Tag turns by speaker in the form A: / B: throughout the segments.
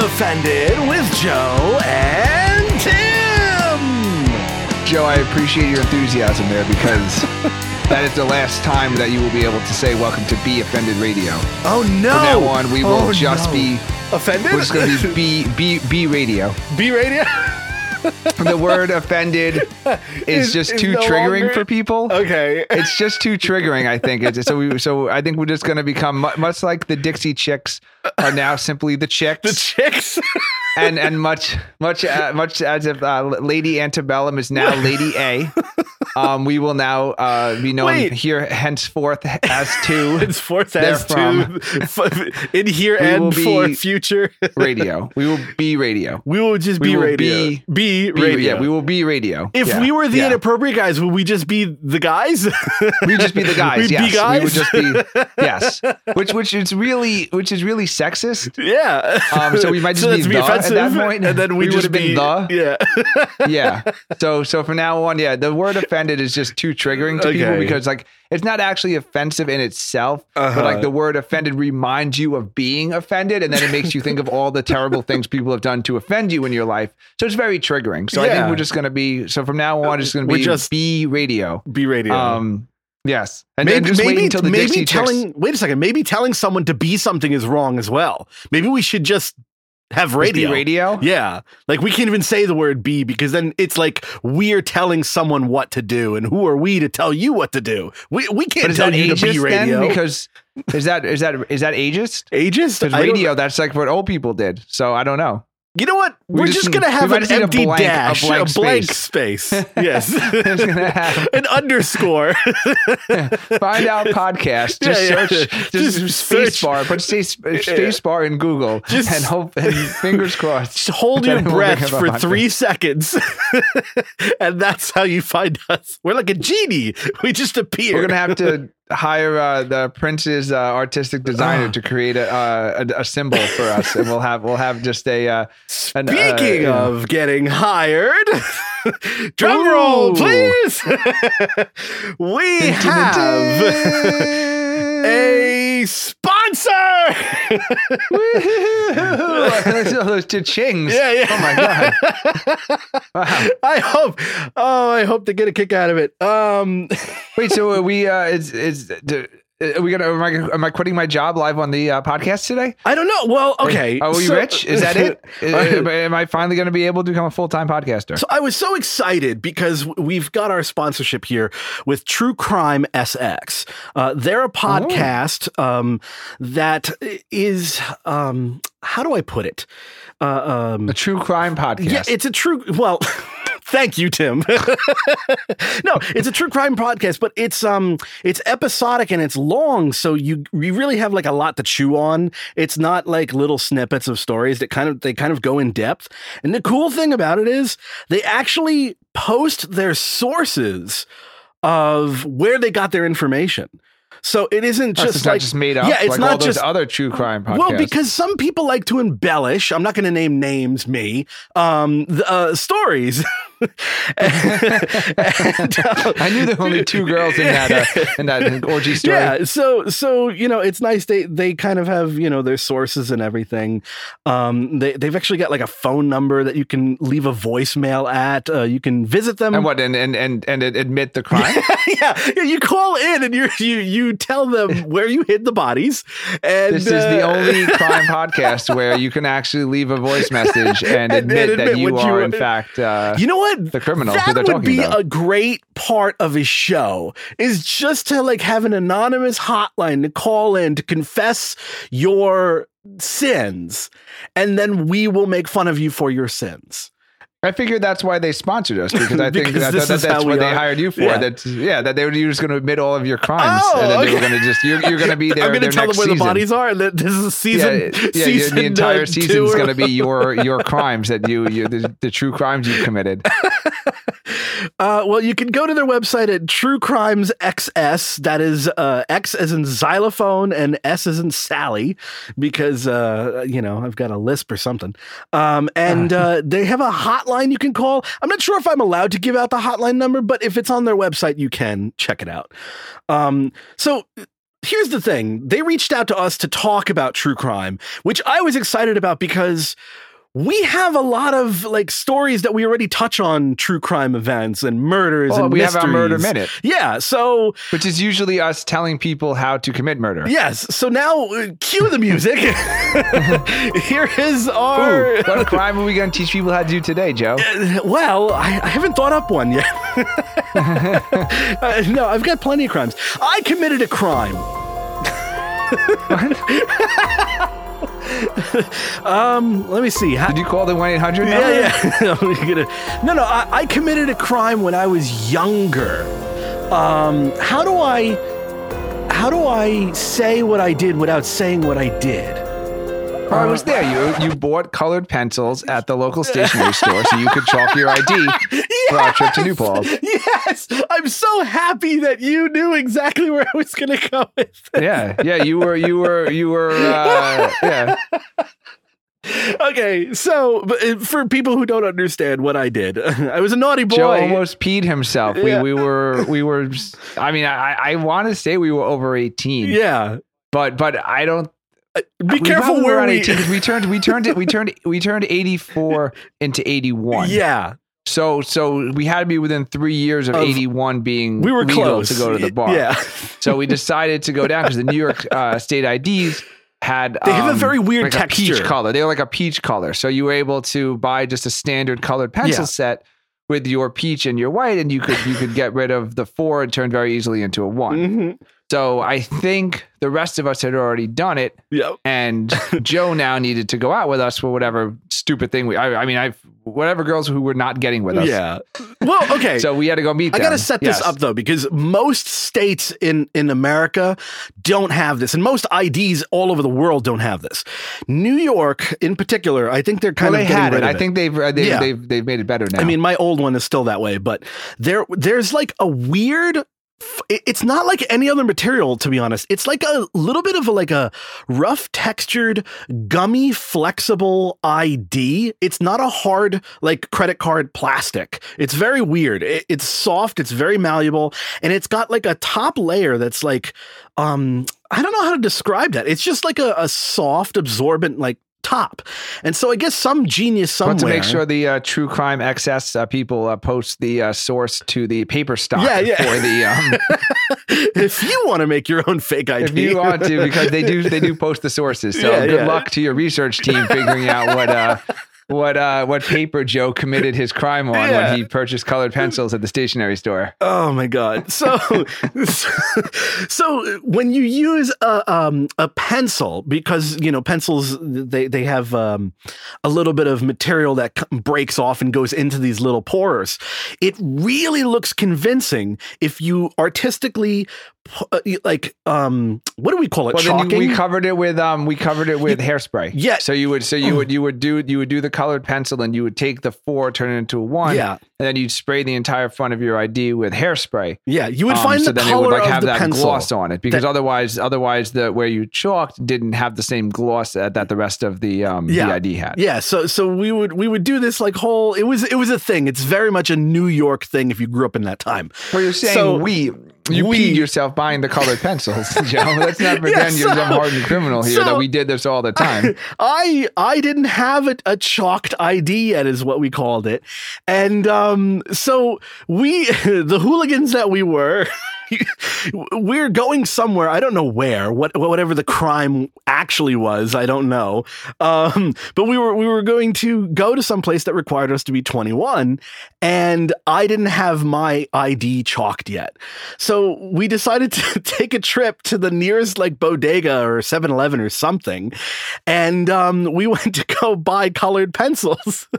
A: Offended with Joe and Tim.
B: Joe, I appreciate your enthusiasm there because that is the last time that you will be able to say welcome to Be Offended Radio.
A: Oh no!
B: From now on, we will
A: Oh,
B: just
A: no.
B: be
A: offended.
B: we're just going to be B B B Radio.
A: B radio.
B: The word offended is
A: Is-
B: just
A: is
B: too
A: no
B: triggering
A: longer-
B: for people.
A: okay.
B: It's just too triggering, I think. It's, so, we, so I think we're just going to become mu- much like the Dixie Chicks are now simply the Chicks.
A: The chicks.
B: and and much much uh, much as if uh, Lady Antebellum is now Lady A. Um, we will now uh, be known
A: Wait.
B: here henceforth as two
A: it's fourth
B: They're
A: as to in here
B: We will
A: and for
B: be-
A: future.
B: radio. We will be radio.
A: We will just
B: We
A: be
B: will
A: radio.
B: be-
A: Be
B: Be-
A: radio.
B: Yeah, we will be radio.
A: If
B: Yeah.
A: we were the
B: Yeah.
A: inappropriate guys, would we just be the guys?
B: We'd just be the guys.
A: We'd be
B: yes, we
A: guys?
B: would just be yes. Which which is really which is really sexist.
A: yeah.
B: Um, so we might just be
A: that's
B: the at that point.
A: and then we,
B: We
A: just
B: would have been
A: be-
B: the.
A: Yeah.
B: Yeah. So so from now on, yeah, the word offended is just too triggering to people
A: Okay.
B: because like it's not actually offensive in itself,
A: Uh-huh.
B: but like the word offended reminds you of being offended, and then it makes you think of all the terrible things people have done to offend you in your life. So it's very triggering. So I think
A: Yeah.
B: we're just gonna be so from now on, it's gonna
A: We're
B: be
A: just-
B: B radio.
A: Be radio.
B: Um. Yes. And then just wait until the
A: maybe
B: Dixie Chicks-
A: telling wait a second maybe telling someone to be something is wrong as well maybe we should just have
B: Just be
A: radio
B: radio.
A: yeah like we can't even say the word be because then it's like we're telling someone what to do and who are we to tell you what to do we, we
B: But
A: can't
B: is
A: tell
B: that
A: you to be
B: ageist
A: radio
B: then? Because is that is that is that ageist?
A: ageist
B: Because
A: I don't-
B: radio, that's like what old people did. So I don't know.
A: you know what
B: we
A: we're
B: just
A: just,
B: need-
A: gonna
B: we
A: have
B: might
A: an
B: just need a
A: empty
B: blank- a
A: dash
B: blank
A: space, yes
B: Just gonna have-
A: an underscore
B: Find out podcast.
A: Yeah,
B: Just
A: yeah.
B: search. Just,
A: Just
B: space
A: search.
B: bar. Put space, space bar in Google.
A: Just-
B: and hope. And fingers crossed.
A: Just hold your
B: Then we'll
A: breath
B: bring him
A: for
B: up on
A: three seconds, and that's how you find us. We're like a genie; we just appear.
B: We're gonna have to hire uh, the Prince's uh, artistic designer to create a, uh, a a symbol for us, and we'll have we'll have just a. Uh, an, uh,
A: Speaking
B: you know,
A: of getting hired, drum
B: Ooh.
A: roll, please. we have a sponsor.
B: Woohoo! those cha-chings.
A: Yeah, yeah.
B: Oh my god. Wow.
A: I hope. Oh, I hope they get a kick out of it. Um,
B: Wait, so are we uh is is do, are we gonna am I, am I quitting my job live on the uh, podcast today?
A: I don't know. Well, okay.
B: Are we
A: so-
B: rich? Is that it? am, am I finally gonna be able to become a full time podcaster?
A: So I was so excited because we've got our sponsorship here with True Crime SX. Uh, they're a podcast um, that is um, how do I put it? Uh, um,
B: A true crime podcast.
A: yeah, it's a true. Well, thank you, Tim. no, it's a true crime podcast, but it's um, it's episodic and it's long, so you you really have like a lot to chew on. It's not like little snippets of stories that kind of they kind of go in depth. And the cool thing about it is they actually post their sources of where they got their information. So it isn't
B: Oh, so
A: just
B: it's
A: like
B: not just made up.
A: Yeah, it's
B: like
A: not
B: all those
A: just
B: other true crime podcasts.
A: well, because some people like to embellish. I'm not going to name names, me. Um, th- uh, stories. And, uh,
B: I knew there were only two girls in that uh, in that orgy story.
A: yeah. So, so you know, it's nice. They they kind of have you know their sources and everything. Um, they they've actually got like a phone number that you can leave a voicemail at. Uh, you can visit them.
B: And what and and and and admit the crime?
A: yeah, yeah, you call in and you you you tell them where you hid the bodies. And
B: This is the
A: uh,
B: only crime podcast where you can actually leave a voice message and
A: And- and
B: admit, that
A: admit
B: you
A: what
B: are
A: you-
B: in fact uh,
A: You know what?
B: the criminal who
A: That
B: they're
A: would
B: talking
A: be
B: about.
A: a great part of his show is just to like have an anonymous hotline to call in to confess your sins, and then we will make fun of you for your sins.
B: I figured that's why they sponsored us because I think
A: Because
B: that,
A: this
B: that-
A: is how
B: that's
A: we
B: what they
A: are.
B: hired you for.
A: Yeah.
B: That yeah, that they were you were just going to admit all of your crimes,
A: Oh,
B: and then they were
A: okay.
B: going to just you're, you're going to be there.
A: I'm going to tell them where
B: season.
A: the bodies are, and that this is
B: Yeah,
A: season.
B: yeah,
A: season
B: the entire
A: uh, two
B: season's
A: or-
B: going to be your your crimes that you, you the, the true crimes you've committed.
A: Uh, well, you can go to their website at True Crimes XS. That is uh, X as in xylophone and S as in Sally, because uh, you know I've got a lisp or something. Um, and uh, they have a hotline you can call. I'm not sure if I'm allowed to give out the hotline number, but if it's on their website, you can check it out. Um, so here's the thing they reached out to us to talk about true crime, which I was excited about because we have a lot of like stories that we already touch on true crime events and murders
B: Well,
A: and
B: Oh, we
A: mysteries.
B: have our murder minute,
A: Yeah, so
B: which is usually us telling people how to commit murder.
A: yes, so now uh, cue the music. Here is our
B: Ooh, what crime are we going to teach people how to do today, Joe?
A: Uh, Well, I, I haven't thought up one yet. Uh, no, I've got plenty of crimes. I committed a crime. um, let me see. How,
B: Did you call the 1 800
A: yeah, yeah. I'm gonna- no, no. I, I committed a crime when I was younger. Um, how do I, how do I say what I did without saying what I did?
B: I was there. You you bought colored pencils at the local stationery store so you could chalk your ID for our trip to New Paltz.
A: Yes, I'm so happy that you knew exactly where I was going to go with. This.
B: Yeah, yeah. You were you were you were uh, yeah.
A: Okay, so but, uh, for people who don't understand what I did, I was a naughty boy.
B: Joe almost peed himself.
A: Yeah.
B: We we were we were. I mean, I I want to say we were over eighteen.
A: yeah,
B: but but I don't.
A: be
B: we
A: careful
B: probably
A: where
B: around
A: we.
B: 18 'cause we turned we turned it we turned we turned eighty four into eighty one.
A: Yeah,
B: So so we had to be within three years of,
A: Of-
B: eighty one being
A: we were
B: legal
A: close
B: Mm, to go to the bar.
A: Yeah,
B: So we decided to go down because the New York uh, state IDs had
A: They have a very weird
B: Um, like a peach
A: texture.
B: color. They were like a peach color, so you were able to buy just a standard colored pencil
A: Yeah.
B: set with your peach and your white, and you could you could get rid of the four and turn very easily into a one.
A: Mhm.
B: So I think the rest of us had already done it,
A: yeah.
B: and Joe now needed to go out with us for whatever stupid thing we. I, I mean, I whatever girls who were not getting with us.
A: Yeah. Well, okay.
B: So we had to go meet.
A: I got to
B: them.
A: set this
B: Yes.
A: up though, because most states in in America don't have this, and most IDs all over the world don't have this. New York, in particular, I think they're kind
B: Well,
A: of
B: they
A: getting
B: had
A: rid
B: it.
A: of
B: I think they've uh, they've,
A: Yeah.
B: they've they've made it better now.
A: I mean, my old one is still that way, but there there's like a weird. f- it- It's not like any other material, to be honest. It's like a little bit of a, like a rough textured, gummy, flexible ID. It's not a hard like credit card plastic. It's very weird. It, it's soft. It's very malleable, and it's got like a top layer that's like, um, I don't know how to describe that. It's just like a, a soft, absorbent like top. And so I guess some genius somewhere.
B: Want to make sure the uh, true crime excess uh, people uh, post the uh, source to the paper stock
A: Yeah, yeah.
B: for the um,
A: if you want to make your own fake ID,
B: if you want to because they do they do post the sources. So
A: Yeah,
B: good
A: yeah.
B: luck to your research team figuring out what uh, what uh, what paper Joe committed his crime on
A: Yeah.
B: when he purchased colored pencils at the stationery store.
A: oh my god! So, so when you use a um, a pencil, because you know pencils they they have um, a little bit of material that c- breaks off and goes into these little porers, it really looks convincing if you artistically pu- uh, like um what do we call it?
B: Well, then you-
A: Chalking.
B: we covered it with um, we covered it with hairspray.
A: Yeah. Oh.
B: So you would so you would you would do you would do the colored pencil and you would take the four, turn it into a one,
A: Yeah.
B: and then you'd spray the entire front of your ID with hairspray.
A: yeah, you would
B: Um,
A: find
B: so
A: the
B: then
A: color
B: it would like
A: of
B: have
A: the
B: that
A: pencil.
B: gloss on it because otherwise otherwise the where you chalked didn't have the same gloss that, that the rest of the um
A: Yeah.
B: the ID had.
A: Yeah, so so we would we would do this like whole it was it was a thing. It's very much a New York thing if you grew up in that time.
B: Well, you're saying
A: So-
B: we you
A: we-
B: peed yourself buying the colored pencils, Joe. Let's not pretend you're some
A: so-
B: hardened criminal here
A: so-
B: that we did this all the time.
A: I I didn't have a, a chalked ID yet is what we called it. And um so we the hooligans that we were we're going somewhere i don't know where what whatever the crime actually was i don't know um, but we were we were going to go to some place that required us to be 21 and i didn't have my id chalked yet so we decided to take a trip to the nearest like bodega or 7-eleven or something and um, we went to go buy colored pencils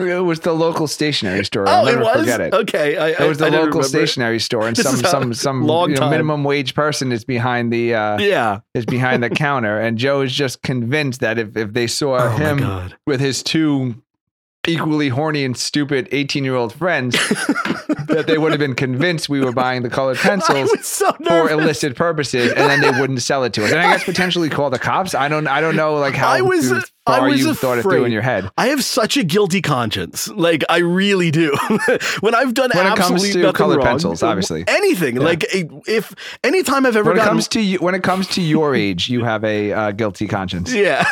A: Oh,
B: It was the local stationery store. I'll never forget it.
A: okay I,
B: It was
A: I-
B: the
A: I didn't
B: local
A: remember.
B: stationery store, and
A: This
B: some
A: is how-
B: some some
A: long
B: you know,
A: time.
B: minimum wage person is behind the uh,
A: yeah
B: is behind the counter, and Joe is just convinced that if if they saw
A: Oh my
B: Uh, him
A: God.
B: with his two equally horny and stupid eighteen year old friends, that they would have been convinced we were buying the colored
A: I
B: pencils.
A: was so
B: For
A: nervous.
B: illicit purposes, and then they wouldn't sell it to us, and I guess potentially call the cops. I don't, I don't know, like how
A: I was
B: through far
A: was
B: you thought it through in
A: afraid.
B: your head.
A: I have such a guilty conscience. Like I really do. when I've done
B: When it comes
A: absolutely
B: to
A: nothing
B: colored
A: wrong,
B: pencils, obviously.
A: anything. Like if any time I've ever
B: When it
A: gotten,
B: comes to you, when it comes to your age, you have a uh, guilty conscience,
A: yeah,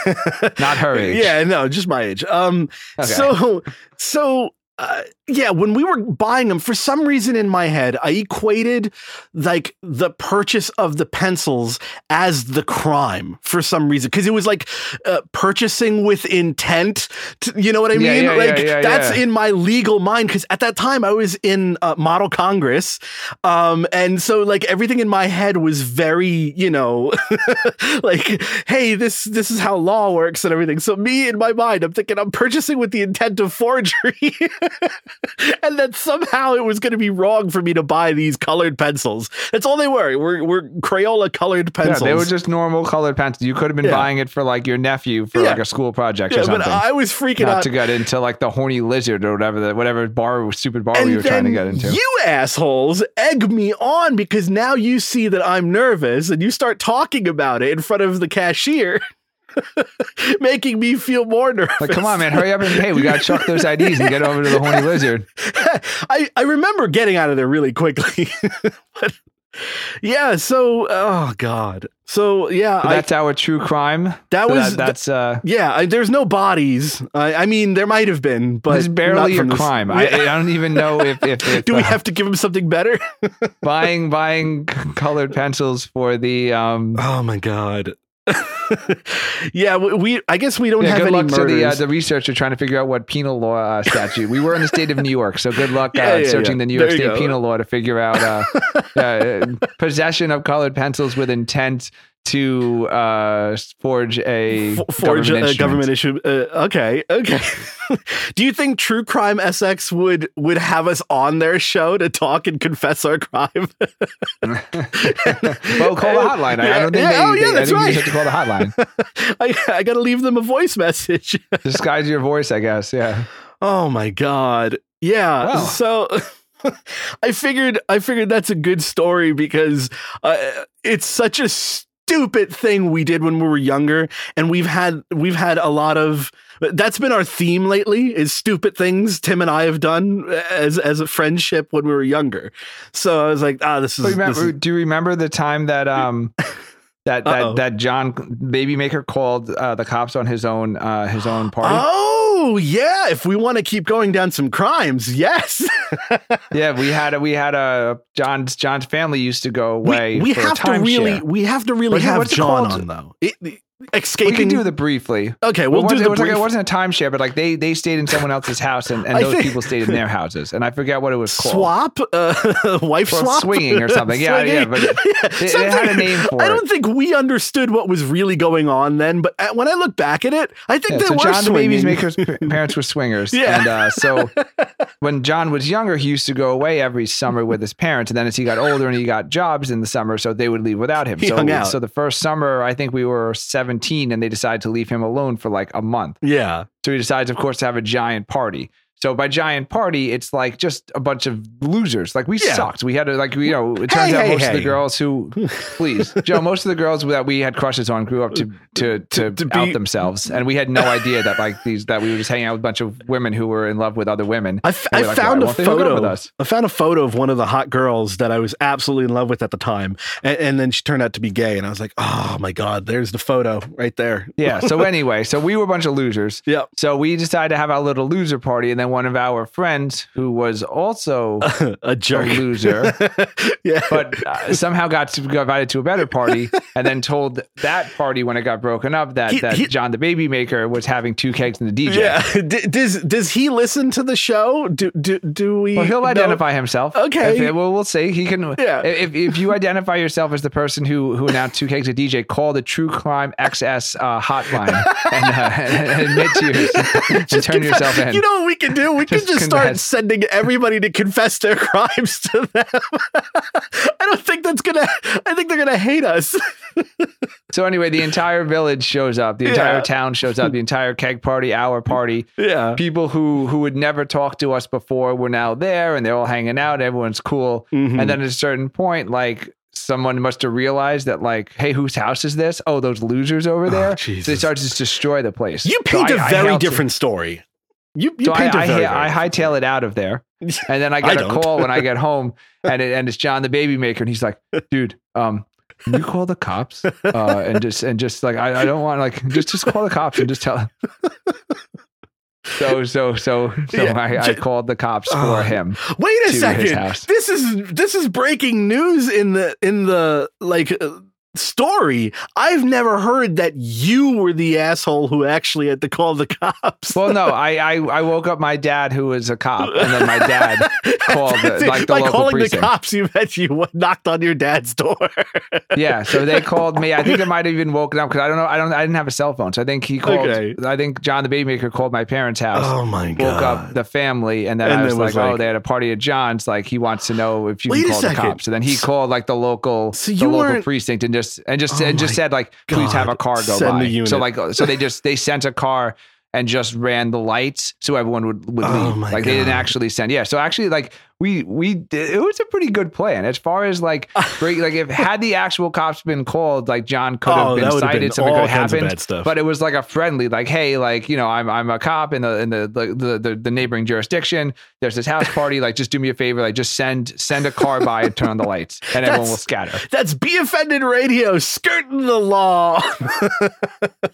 B: not her age.
A: Yeah, no, just my age. Um,
B: Okay.
A: so, so, uh, yeah, when we were buying them, for some reason in my head, I equated like the purchase of the pencils as the crime for some reason because it was like uh, purchasing with intent. To, you know what I
B: Yeah,
A: mean?
B: yeah,
A: like
B: yeah, yeah,
A: that's
B: yeah.
A: in my legal mind because at that time I was in uh, model Congress, um, and so like everything in my head was very you know like hey this this is how law works and everything so me in my mind i'm thinking i'm purchasing with the intent of forgery and that somehow it was going to be wrong for me to buy these colored pencils that's all they were were, were crayola colored
B: Yeah,
A: pencils
B: they were just normal colored pencils. You could have been
A: Yeah.
B: buying it for like your nephew for
A: Yeah.
B: like a school project
A: Yeah,
B: or something.
A: but i was freaking
B: not
A: out
B: to get into like the horny lizard or whatever the whatever bar stupid bar we were trying to get into.
A: You assholes egg me on because now you see that I'm nervous and you start talking about it in front of the cashier, making me feel more nervous.
B: like, come on, man, hurry up and pay. We gotta chuck those IDs and get over to the horny lizard.
A: I, I remember getting out of there really quickly. but yeah, so oh god. So yeah,
B: But
A: I,
B: that's our true crime.
A: that
B: So
A: was
B: that, that's uh
A: yeah, I, there's no bodies. I, I mean there might have been, but
B: it's barely
A: not
B: a
A: from this-
B: crime. I, I don't even know if if, if
A: Do we
B: uh,
A: have to give him something better?
B: buying buying c- colored pencils for the um
A: Oh my god. yeah, we, we I guess we don't
B: yeah,
A: have
B: good
A: any
B: luck to
A: murders.
B: the uh, the researcher trying to figure out what penal law uh, statute. We were in the state of New York, so good luck
A: Yeah,
B: uh,
A: yeah,
B: searching
A: yeah.
B: the New York
A: There you
B: State
A: go.
B: penal law to figure out uh, uh, possession of colored pencils with intent to uh, forge a
A: F- forge
B: government
A: a
B: instrument.
A: government issue. Uh, okay, okay. Do you think True Crime SX would would have us on their show to talk and confess our crime?
B: Well, call the hotline. I, I don't think
A: Yeah,
B: they,
A: oh,
B: they-
A: yeah,
B: I
A: that's
B: think
A: right.
B: you just have to call the hotline.
A: I, I got to leave them a voice message.
B: Disguise your voice, I guess. Yeah.
A: oh my god. Yeah.
B: Wow.
A: So I figured I figured that's a good story because uh, it's such a stupid thing we did when we were younger and we've had we've had a lot of that's been our theme lately is stupid things Tim and I have done as as a friendship when we were younger. So I was like, ah this is,
B: But
A: this
B: remember,
A: is
B: do Oh, you remember the time that um that
A: Uh-oh.
B: that, that John Baby Maker called uh, the cops on his own uh, his own party?
A: Oh, yeah, if we want to keep going down some crimes. Yes.
B: Yeah, we had a, we had a John's John's family used to go
A: we-
B: away.
A: We,
B: for a
A: have to really,
B: timeshare.
A: we have to really
B: What's it-
A: have
B: what's it
A: John
B: called?
A: on though. It-
B: We
A: escaping.
B: can do the briefly.
A: okay,
B: Well,
A: we'll do
B: it
A: the
B: was like
A: brief.
B: it wasn't a timeshare, but like they they stayed in someone else's house, and, and
A: I
B: those
A: think-
B: people stayed in their houses, and I forget what it was called.
A: swap, uh, wife
B: Or
A: swap,
B: swinging or something. Yeah, yeah,
A: Swinging.
B: but it- it had a
A: Something-
B: name for
A: I
B: it.
A: don't think we understood what was really going on then, but uh, when I look back at it, I think
B: Yeah,
A: they
B: so
A: were
B: John the
A: swinging.
B: baby's maker's pa- parents were swingers,
A: Yeah.
B: and uh, so when John was younger, he used to go away every summer with his parents, and then as he got older and he got jobs in the summer, so they would leave without him.
A: He
B: so
A: hung out.
B: so the first summer, I think we were seventeen, and they decided to leave him alone for like a month.
A: yeah,
B: So he decides, of course, to have a giant party. So by giant party, it's like just a bunch of losers. Like we
A: Yeah.
B: sucked. We had to like you know. It
A: Hey,
B: turns out
A: hey,
B: most of
A: hey.
B: the girls who, please, Joe, most of the girls that we had crushes on grew up to to to,
A: to be-
B: out themselves, and we had no idea that like these that we were just hanging out with a bunch of women who were in love with other women.
A: I, f-
B: And
A: I
B: we're like,
A: found
B: why
A: a
B: won't they hook up
A: photo.
B: with us?
A: I found a photo of one of the hot girls that I was absolutely in love with at the time, and, and then she turned out to be gay, and I was like, oh my god, there's the photo right there.
B: Yeah. So anyway, so we were a bunch of losers.
A: Yep.
B: So we decided to have our little loser party, and then one of our friends who was also
A: a
B: a
A: jerk.
B: loser.
A: yeah.
B: but uh, somehow got, to, got invited to a better party and then told that party when it got broken up that,
A: He-
B: that
A: he-
B: John the baby maker was having two kegs in the DJ.
A: yeah. D- does does he listen to the show? Do do do we?
B: Well, he'll
A: know-
B: identify himself.
A: Okay.
B: If- well, we'll see. He can.
A: Yeah.
B: If, if you identify yourself as the person who who announced two kegs of DJ, call the True Crime XS uh, hotline and, uh, and admit to yourself and
A: Just
B: turn
A: confess-
B: yourself in.
A: You know what we can do? We can
B: Just
A: just start
B: confess.
A: sending everybody to confess their crimes to them. I don't think that's gonna. I think they're gonna hate us.
B: so anyway, the entire village shows up. The entire
A: Yeah.
B: town shows up. The entire keg party, our party.
A: Yeah.
B: people who who would never talk to
A: Mm-hmm.
B: us before were now there and they're all hanging out everyone's cool and then at a certain point like s- someone must have realized that, like, hey, whose house is this? Oh, those losers over there. so they
A: Jesus.
B: started to just destroy the place.
A: You
B: So
A: paint a
B: I- I
A: very
B: hailed-
A: different story. You, you
B: so I,
A: paint a
B: I,
A: very,
B: I hightail it out of there, and then I
A: I
B: get a
A: don't.
B: call when I get home, and it, and it's John the baby maker, and he's like, "Dude, um, can you call the cops uh, and just and just like I, I don't want like just just call the cops and just tell." Them. So so so so
A: Yeah,
B: I, I
A: ju-
B: called the cops
A: Oh.
B: for him.
A: Wait
B: to
A: a
B: his
A: second.
B: house.
A: This is this is breaking news in the in the like uh, story. I've never heard that you were the asshole who actually had to call the cops.
B: Well, no, I, I I woke up my dad who was a cop, and then my dad called the, like the
A: By
B: local
A: calling the
B: precinct.
A: cops, you bet you knocked on your dad's door.
B: yeah, so they called me. I think I might have even woken up because I don't know. I don't. I didn't have a cell phone, so I think he called.
A: Okay.
B: I think John the Babymaker called my parents' house.
A: my
B: Woke up the family, and then
A: And
B: I was,
A: then
B: like,
A: was
B: "Oh,
A: like-
B: they had a party at John's. Like, he wants to know if you
A: Wait
B: can
A: a
B: call the
A: second.
B: cops." And then he called like the local,
A: So
B: the
A: you
B: local
A: weren't-
B: precinct, and just and just
A: Oh
B: and just
A: my
B: said like, "Please have a
A: God.
B: car go
A: Send a
B: by." So
A: unit.
B: like, so they just they sent a car and just ran the lights so everyone would would
A: Oh
B: leave.
A: my
B: like they didn't
A: God.
B: actually send. Yeah, so actually like we we did, it was a pretty good plan as far as like break, like if had the actual cops been called, like John could have
A: Oh, that
B: been
A: would have
B: cited,
A: been
B: something
A: all
B: could have
A: kinds of
B: happened.
A: bad stuff.
B: But it was like a friendly, like, hey, like you know, I'm I'm a cop in the in the the, the, the neighboring jurisdiction. There's this house party. Like, just do me a favor. Like, just send send a car by and turn on the lights, and everyone
A: That's-
B: will scatter.
A: That's Be Offended Radio, skirting the law.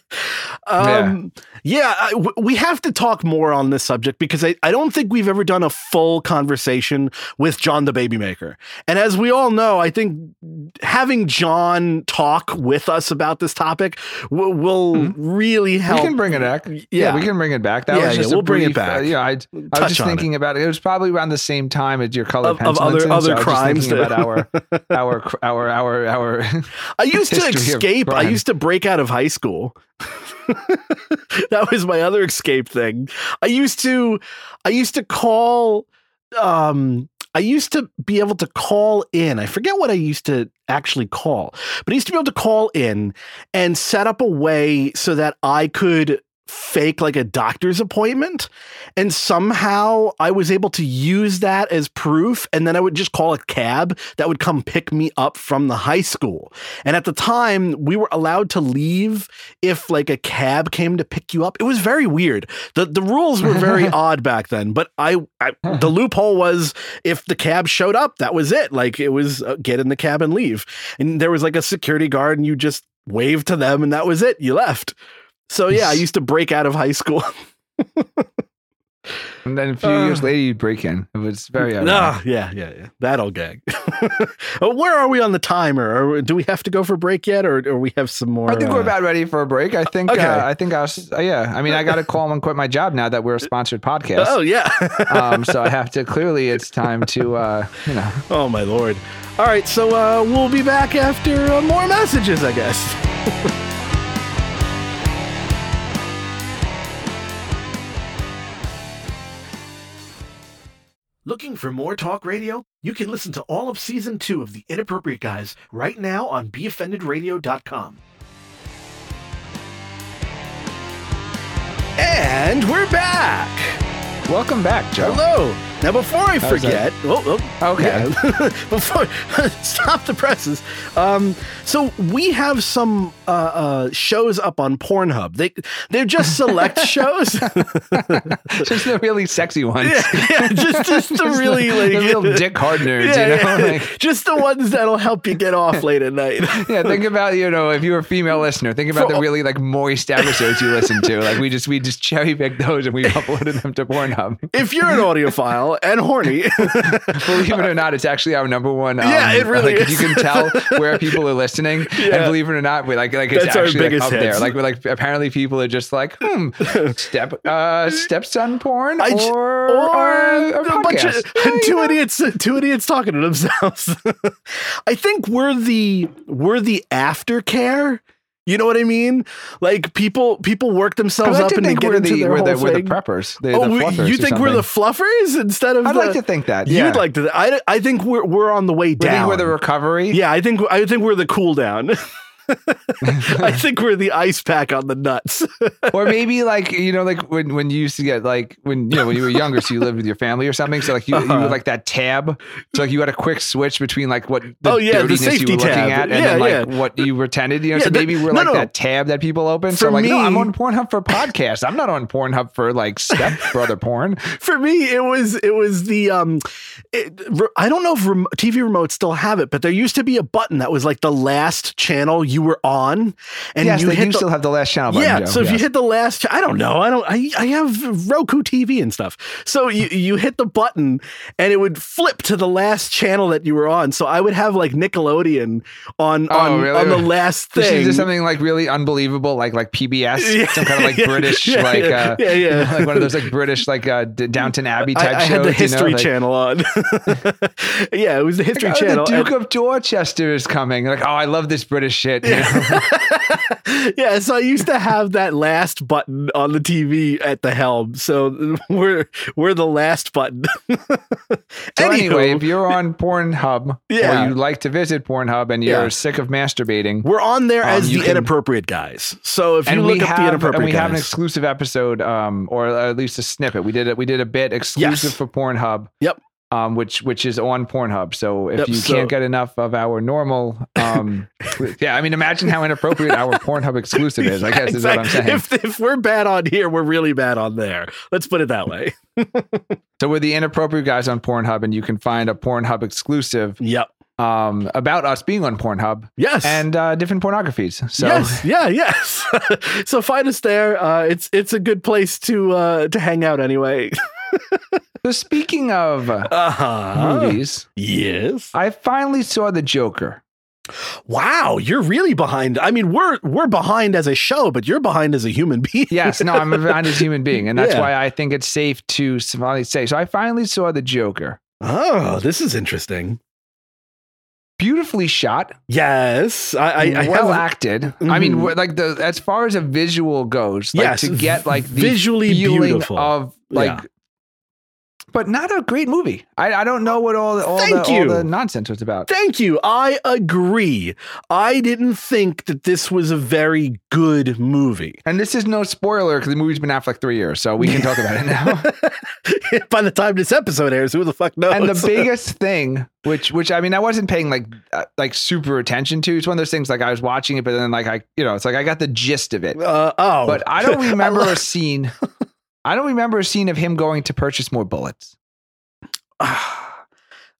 A: um, yeah, I- w- we have to talk more on this subject because I, I don't think we've ever done a full conversation with John the Babymaker. And as we all know, I think having John talk with us about this topic w- will really help.
B: Mm-hmm. We can bring it back. Yeah,
A: Yeah.
B: we can bring it back. That
A: Yeah,
B: was just
A: yeah,
B: a
A: we'll bring it
B: brief,
A: back.
B: Uh, yeah, I, I
A: Touch
B: was just
A: on
B: thinking about it. It was probably around the same time as your color
A: Of- of other- other
B: Pennsylton, so I was just
A: crimes
B: thinking
A: that-
B: about our our our our our.
A: I used to
B: history of
A: escape. I
B: crime.
A: used to break out of high school. that was my other escape thing. I used to I used to call um I used to be able to call in. I forget what I used to actually call, but I used to be able to call in and set up a way so that I could fake like a doctor's appointment and somehow I was able to use that as proof and then I would just call a cab that would come pick me up from the high school. And at the time we were allowed to leave if like a cab came to pick you up. It was very weird. The the rules were very odd back then, but I, I the loophole was if the cab showed up, that was it. Like it was uh, get in the cab and leave. And there was like a security guard and you just waved to them and that was it. You left. So yeah, I used to break out of high school.
B: And then a few
A: Uh.
B: years later, you break in. It was very ironic.
A: Ah, yeah, yeah, yeah. That old gag. Uh, Where are we on the timer? Or do we have to go for break yet, or, or we have some more?
B: I think
A: uh,
B: we're about ready for a break. I think.
A: Okay.
B: Uh, I think I was. Uh, yeah. I mean, I got to call and quit my job now that we're a sponsored podcast.
A: Oh yeah.
B: um, so I have to clearly it's time to uh, you know
A: oh my lord. All right, so uh, we'll be back after uh, more messages, I guess. Looking for more talk radio? You can listen to all of season two of The Inappropriate Guys right now on BeOffendedRadio.com. And we're back.
B: welcome back, Joe.
A: Hello. Now, before I
B: was
A: forget, oh, oh,
B: Okay.
A: yeah. before stop the presses. Um, so we have some uh, uh, shows up on Pornhub. They they're just select shows.
B: Just the really sexy ones.
A: yeah, just just the
B: Just
A: really
B: the,
A: like
B: the real dick hard nerds,
A: Yeah,
B: you know.
A: yeah.
B: Like,
A: just the ones that'll help you get off late at night.
B: yeah, think about you know if you're a female listener, think about
A: For-
B: the really like moist episodes you listen to. Like we just we just cherry picked those and we uploaded them to Pornhub.
A: If you're an audiophile and horny,
B: Believe it or not, it's actually our number one. Um,
A: Yeah, it really
B: like,
A: is.
B: You can tell where people are listening, and
A: Yeah.
B: believe it or not, we like like it's
A: That's our
B: actually like,
A: biggest
B: up there.
A: hits.
B: Like we're like apparently people are just like hmm, step uh stepson porn
A: I j-
B: or
A: or
B: or a
A: a bunch of
B: podcast. Yeah,
A: two idiots, two idiots talking to themselves. I think we're the we're the aftercare. You know what I mean? Like people people work
B: I'd
A: themselves
B: like
A: up
B: to
A: and they
B: think
A: get
B: we're
A: into
B: the
A: their
B: we're
A: whole
B: the,
A: thing.
B: we're the preppers. The,
A: oh,
B: the
A: we-
B: fluffers
A: you
B: or
A: think we're the
B: something.
A: fluffers instead of
B: I'd
A: the,
B: like to think that.
A: You'd
B: yeah.
A: like to. I, I think we're we're on the way
B: I
A: down.
B: think we're the recovery.
A: yeah, I think I think we're the cool down. I think we're the ice pack on the nuts.
B: or maybe like you know like when when you used to get like when you know when you were younger so you lived with your family or something so like you, you
A: Uh-huh.
B: would like that tab so like you had a quick switch between like what the
A: Oh, yeah, the
B: dirtiness you
A: safety
B: were looking
A: tab.
B: at and
A: Yeah,
B: then like
A: yeah.
B: what you pretended you know
A: Yeah,
B: so
A: the-
B: maybe we're
A: no,
B: like
A: no.
B: that tab that people open so
A: For
B: like no I'm
A: me-
B: on Pornhub for podcasts I'm not on Pornhub for like step brother porn
A: For me, it was it was the um, it, re- I don't know if rem- TV remotes still have it, but there used to be a button that was like the last channel you were on, and
B: yes
A: you
B: they
A: hit
B: do
A: the,
B: still have the last channel button
A: yeah.
B: Joe.
A: So if you
B: Yes.
A: hit the last, I don't know. I don't. I, I have Roku TV and stuff. So you you hit the button and it would flip to the last channel that you were on. So I would have like Nickelodeon on
B: Oh,
A: on
B: really?
A: on the last
B: This
A: thing.
B: is just something like really unbelievable, like like PBS, some kind of like British,
A: yeah,
B: like
A: yeah,
B: uh,
A: yeah,
B: you know,
A: yeah.
B: like one of those like British, like uh, D- Downton Abbey
A: I,
B: type
A: I
B: shows.
A: had the History
B: you know, like,
A: Channel on. yeah, it was the History
B: Oh,
A: Channel.
B: The
A: and-
B: Duke of Dorchester is coming. Like, oh, I love this British shit. you know?
A: yeah, so I used to have that last button on the TV at the helm. So we're we're the last button.
B: So anyway,
A: Anywho,
B: if you're on Pornhub
A: Yeah.
B: or you like to visit Pornhub and you're
A: Yeah.
B: sick of masturbating,
A: we're on there
B: Um,
A: as the
B: you can-
A: inappropriate guys. So if you
B: and
A: look
B: we
A: up
B: have
A: the
B: and we
A: inappropriate
B: have an
A: guys,
B: exclusive episode, um, or at least a snippet. We did it. We did a bit exclusive
A: Yes.
B: for Pornhub.
A: Yep.
B: Um, which which is on Pornhub. So if
A: Yep,
B: you
A: so-
B: can't get enough of our normal, um, yeah, I mean, imagine how inappropriate our Pornhub exclusive is. I
A: Yeah,
B: guess is what I'm
A: exactly.
B: saying.
A: If if we're bad on here, we're really bad on there. Let's put it that way.
B: so we're the inappropriate guys on Pornhub, and you can find a Pornhub exclusive
A: Yep.
B: um, about us being on Pornhub
A: Yes.
B: and uh, different pornographies. So
A: Yes, yeah, yes. so find us there. Uh, it's it's a good place to uh, to hang out anyway.
B: So speaking of uh,
A: Uh-huh.
B: movies,
A: Yes.
B: I finally saw The Joker.
A: Wow, you're really behind. I mean, we're we're behind as a show, but you're behind as a human being.
B: Yes, no, I'm a behind as human being, and that's
A: Yeah.
B: why I think it's safe to finally say. So I finally saw The Joker.
A: Oh, this is interesting.
B: Beautifully shot,
A: Yes, I, I, I
B: well
A: have
B: acted. I mean,
A: Mhm.
B: wh- like the as far as a visual goes, like
A: yes
B: to get like the
A: visually
B: feeling
A: beautiful.
B: of like.
A: Yeah.
B: But not a great movie. I, I don't know what all the, all, the,
A: Thank
B: all
A: you.
B: the nonsense was about.
A: Thank you. I agree. I didn't think that this was a very good movie.
B: And this is no spoiler because the movie's been out for like three years, so we can talk about it now.
A: By the time this episode airs, who the fuck knows?
B: and the biggest thing which which i mean i wasn't paying like uh, like super attention to it's one of those things like i was watching it but then like i you know it's like i got the gist of it
A: uh, oh,
B: but i don't remember
A: love-
B: a scene i don't remember a scene of him going to purchase more bullets he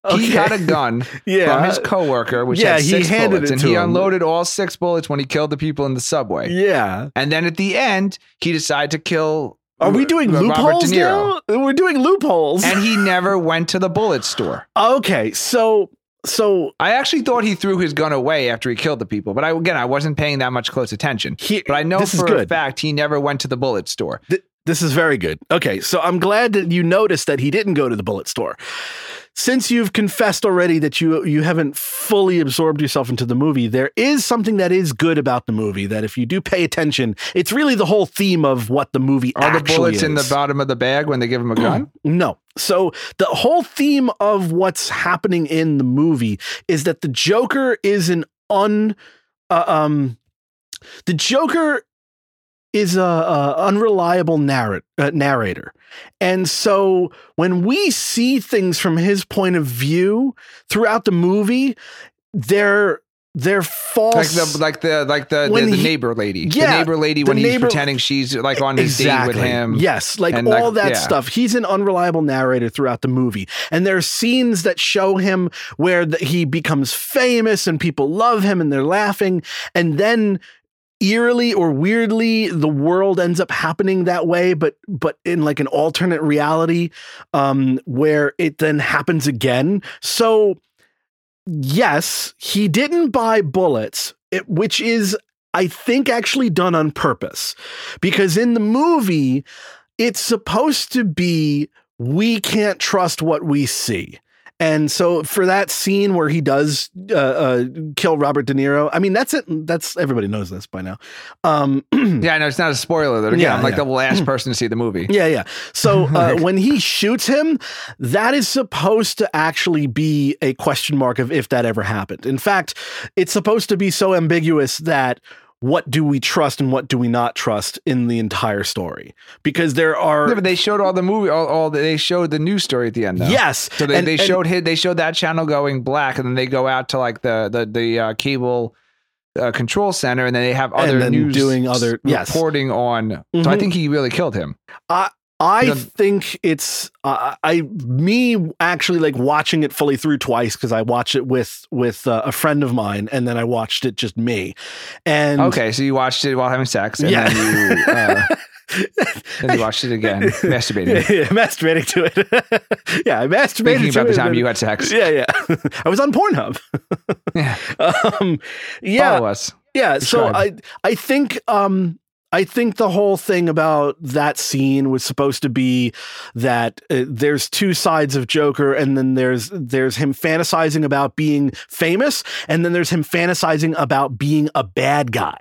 A: Okay.
B: got a gun
A: yeah,
B: from his coworker which
A: Yeah,
B: had
A: he
B: six
A: handed
B: bullets
A: it
B: and
A: to
B: he
A: him.
B: unloaded all six bullets when he killed the people in the subway
A: yeah.
B: and then at the end he decided to kill
A: Are we doing
B: Robert De
A: loopholes
B: Niro.
A: now? We're doing loopholes.
B: and he never went to the bullet store
A: okay, so so
B: I actually thought he threw his gun away after he killed the people, but I, again, I wasn't paying that much close attention.
A: he,
B: But I know
A: this is
B: for a
A: good.
B: fact he never went to the bullet store.
A: This is very good. Okay, so I'm glad that you noticed that he didn't go to the bullet store. Since you've confessed already that you you haven't fully absorbed yourself into the movie, there is something that is good about the movie that if you do pay attention, it's really the whole theme of what the movie
B: Are the
A: actually
B: bullets in the
A: is.
B: bottom of the bag when they give him a gun?
A: No. So the whole theme of what's happening in the movie is that the Joker is an un uh, um the Joker is a, a unreliable narrat- uh, narrator. And so when we see things from his point of view throughout the movie, they're they're false.
B: Like the like the like the the,
A: When
B: the
A: he-
B: neighbor lady, the
A: Yeah,
B: neighbor lady
A: the
B: when he's
A: neighbor-
B: pretending she's like on his date with him.
A: Yes, like
B: And, like,
A: all that
B: yeah.
A: stuff. He's an unreliable narrator throughout the movie, and there are scenes that show him where the, he becomes famous and people love him and they're laughing, and then eerily or weirdly the world ends up happening that way but but in like an alternate reality um where it then happens again so yes he didn't buy bullets it, which is i think actually done on purpose because in the movie it's supposed to be we can't trust what we see And so for that scene where he does uh, uh, kill Robert De Niro, I mean that's it. That's everybody knows this by now. Um,
B: Yeah, I know it's not a spoiler though. Again,
A: Yeah,
B: I'm like
A: yeah.
B: the last person to see the movie.
A: Yeah, yeah. So uh, when he shoots him, that is supposed to actually be a question mark of if that ever happened. In fact, it's supposed to be so ambiguous that what do we trust and what do we not trust in the entire story? Because there are.
B: Yeah, but they showed all the movie, all, all the, they showed the news story at the end. Though.
A: Yes.
B: So they,
A: And-
B: they
A: and-
B: showed his, they showed that channel going black, and then they go out to like the the the uh, cable uh, control center, and then they have
A: And
B: other
A: then
B: news
A: doing other- yes.
B: reporting on. So I
A: Mhm.
B: think he really killed him.
A: I
B: the-
A: think it's uh, I me actually like watching it fully through twice because I watched it with with uh, a friend of mine and then I watched it just me, and
B: Okay, so you watched it while having sex, and
A: Yeah.
B: then you uh, then you watched it again,
A: yeah,
B: masturbating,
A: yeah, masturbating to it. yeah, I masturbated
B: thinking
A: to
B: about the
A: it
B: time
A: and-
B: you had sex.
A: Yeah, yeah. I was on Pornhub.
B: Yeah.
A: um, yeah,
B: Follow us.
A: yeah. So I,
B: Subscribe.
A: I think, um, I think the whole thing about that scene was supposed to be that uh, there's two sides of Joker, and then there's there's him fantasizing about being famous, and then there's him fantasizing about being a bad guy,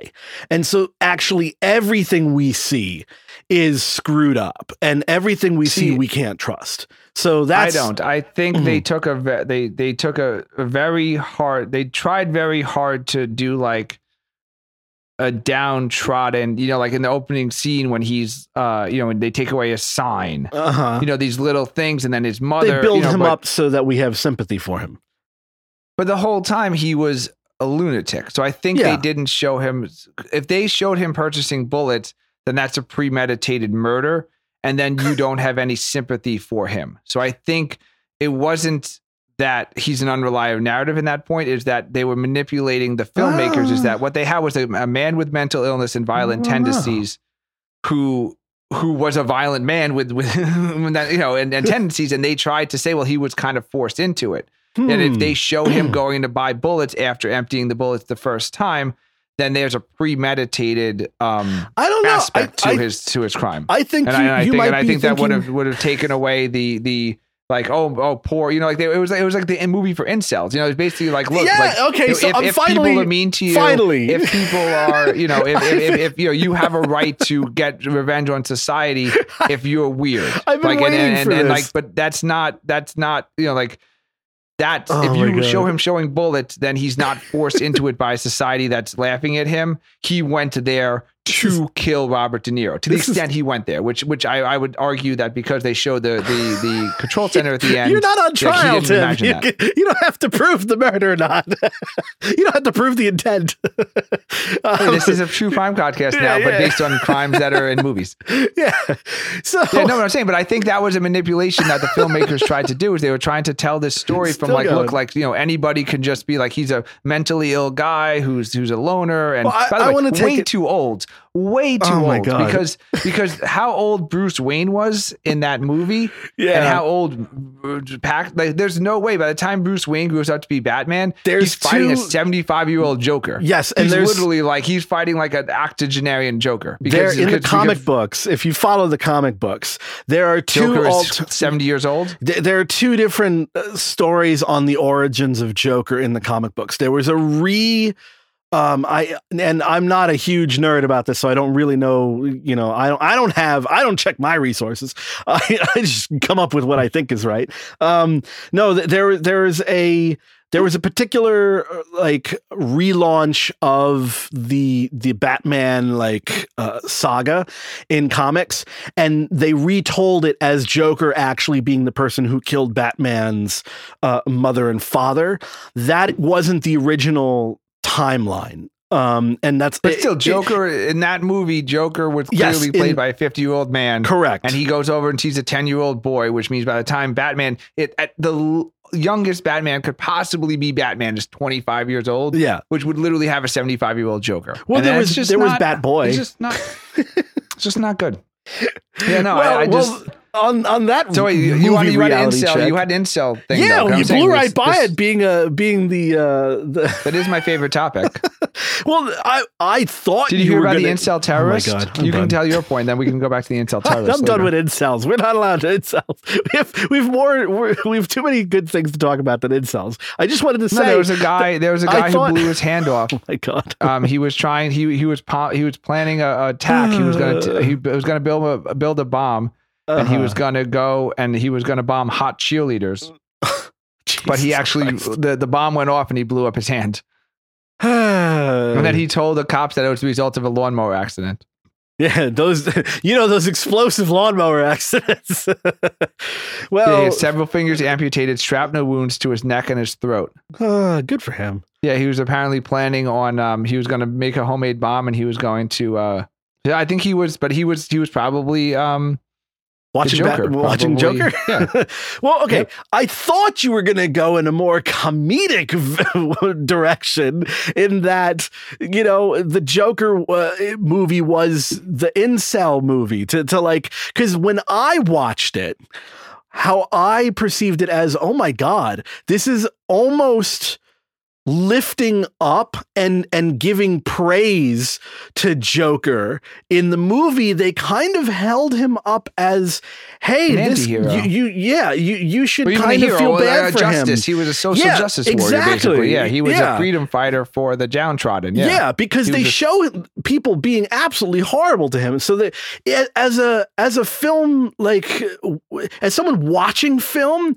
A: and so actually everything we see is screwed up, and everything we see,
B: See-
A: we can't trust. So that's Mm.
B: I don't. I think they took a ve- they they took a, a very hard. They tried very hard to do like a downtrodden. You know, like in the opening scene when he's uh, you know, when they take away a sign.
A: Uh huh.
B: You know, these little things, and then his mother.
A: they build
B: you know,
A: him
B: but,
A: up so that we have sympathy for him.
B: but the whole time he was a lunatic. So I think
A: Yeah.
B: they didn't show him. If they showed him purchasing bullets, then that's a premeditated murder, and then you don't have any sympathy for him. So I think it wasn't that he's an unreliable narrative in that point is that they were manipulating the filmmakers is
A: Ah.
B: that what they had was a, a man with mental illness and violent
A: Wow.
B: tendencies who who was a violent man with with when that, you know and, and tendencies and they tried to say well he was kind of forced into it and if
A: Hmm.
B: they show him going to buy bullets after emptying the bullets the first time, then there's a premeditated um,
A: I don't know. I,
B: aspect
A: I,
B: to his to his crime.
A: I think
B: and,
A: you,
B: I, and I
A: you
B: think,
A: might
B: and I
A: be
B: think that
A: thinking,
B: would have would have taken away the the like oh oh poor you know like they, it was it was like the movie for incels you know it's basically like look
A: Yeah,
B: like,
A: okay,
B: if,
A: so
B: if,
A: I'm
B: if
A: finally-
B: people are mean to you
A: finally.
B: if people are you know if, if, if, if you know you have a right to get revenge on society if you're weird
A: I've been
B: like
A: waiting
B: and, and,
A: for
B: and,
A: this.
B: like but that's not that's not you know like that
A: Oh
B: if
A: my
B: you
A: God.
B: show him showing bullets then he's not forced into it by society that's laughing at him he went there to
A: is-
B: kill robert de niro to the
A: This is-
B: extent he went there which which i, I would argue that because they showed the the, the control center at the end
A: You're not on
B: Yeah, he
A: trial,
B: didn't
A: Tim.
B: imagine
A: You,
B: that.
A: can- you don't have to prove the murder or not. you don't have to prove the intent. Um,
B: this is a true crime podcast
A: Yeah,
B: now but
A: yeah.
B: based on crimes that are in movies
A: yeah. So
B: Yeah, no, what I'm saying, but I think that was a manipulation that the filmmakers tried to do. Is they were trying to tell this story from
A: Still
B: like,
A: going.
B: look, like you know, anybody can just be like, he's a mentally ill guy who's who's a loner, and
A: Well, I-
B: by the
A: I
B: way,
A: wanna take
B: way
A: it-
B: too old, way too
A: Oh
B: old,
A: my God.
B: because because how old Bruce Wayne was in that movie,
A: Yeah.
B: and how old Pack, like, there's no way by the time Bruce Wayne grows up to be Batman,
A: There's
B: he's fighting a
A: two-
B: 75 year old Joker.
A: Yes, and
B: he's
A: there's-
B: literally like he's fighting like an octogenarian Joker.
A: there in the
B: because-
A: comic
B: because
A: books, if you follow the comic books, there are two
B: Joker
A: alt-
B: is 70 years old.
A: Th- There are two different uh, stories on the origins of Joker in the comic books. There was a re um I and I'm not a huge nerd about this so I don't really know, you know, I don't I don't have I don't check my resources. I, I just come up with what I think is right. Um no, th- there there is a there was a particular uh, like relaunch of the the Batman like uh, saga in comics, and they retold it as Joker actually being the person who killed Batman's uh, mother and father. That wasn't the original timeline, um, and that's
B: But
A: it-
B: still,
A: it-
B: Joker in that movie, Joker was
A: Yes,
B: clearly played
A: in-
B: by a fifty-year-old man,
A: correct,
B: and he goes over and sees a ten-year-old boy, which means by the time Batman, it at the l- youngest Batman could possibly be Batman is twenty-five years old,
A: yeah.
B: which would literally have a seventy-five-year-old Joker.
A: Well,
B: And
A: there
B: that's
A: was there was
B: not-
A: Bat Boy.
B: It's just not. it's just not good. Yeah, no, I,
A: Well,
B: I
A: well,
B: just
A: on on that.
B: So wait, you, you,
A: movie
B: had, you had an
A: reality
B: incel.
A: check-
B: You had an incel thing.
A: yeah,
B: though, but I'm
A: you
B: saying
A: blew
B: this-
A: right by
B: this-
A: it, being uh being the uh the.
B: That is my favorite topic.
A: Well, I I thought
B: Did you, hear
A: were
B: about the
A: gonna- Oh
B: incel terrorist?
A: God, I'm
B: you
A: done.
B: can tell your point, then we can go back to the incel
A: I'm
B: terrorist.
A: done
B: later.
A: with incels. We're not allowed to incels. We have, we've more. We're, we have too many good things to talk about than incels. I just wanted to say.
B: No, there was a guy. There was a
A: I
B: guy
A: thought-
B: who blew his hand off.
A: my God.
B: Um, he was trying. He he was po- he was planning a, a attack. He was gonna t- he was gonna build a build a bomb, and he
A: Uh-huh.
B: was gonna go and he was gonna bomb hot cheerleaders. But he
A: Jesus
B: actually
A: Christ.
B: the, the bomb went off and he blew up his hand. And
A: Uh.
B: then he told the cops that it was the result of a lawnmower accident.
A: yeah, those you know those explosive lawnmower accidents.
B: he
A: well,
B: had several fingers amputated, shrapnel wounds to his neck and his throat.
A: uh, good for him.
B: Yeah, he was apparently planning on um he was going to make a homemade bomb and he was going to uh yeah, I think he was but he was he was probably um the
A: Watching Bat-
B: Joker,
A: watching
B: probably.
A: Joker.
B: Yeah.
A: well, okay.
B: Yep.
A: I thought you were going to go in a more comedic direction, in that you know the Joker uh, movie was the incel movie to to like because when I watched it, how I perceived it as oh my god, this is almost lifting up and and giving praise to Joker in the movie they kind of held him up as hey
B: An
A: this you,
B: anti-hero.
A: you yeah you you should
B: Well, even
A: kind
B: the
A: of
B: hero,
A: feel
B: uh,
A: bad for
B: justice.
A: him
B: He was a social
A: Yeah,
B: justice warrior,
A: exactly.
B: basically. Yeah, he was
A: Yeah.
B: a freedom fighter for the downtrodden.
A: yeah,
B: Yeah,
A: because
B: He
A: they
B: was a-
A: show people being absolutely horrible to him so that as a as a film like as someone watching film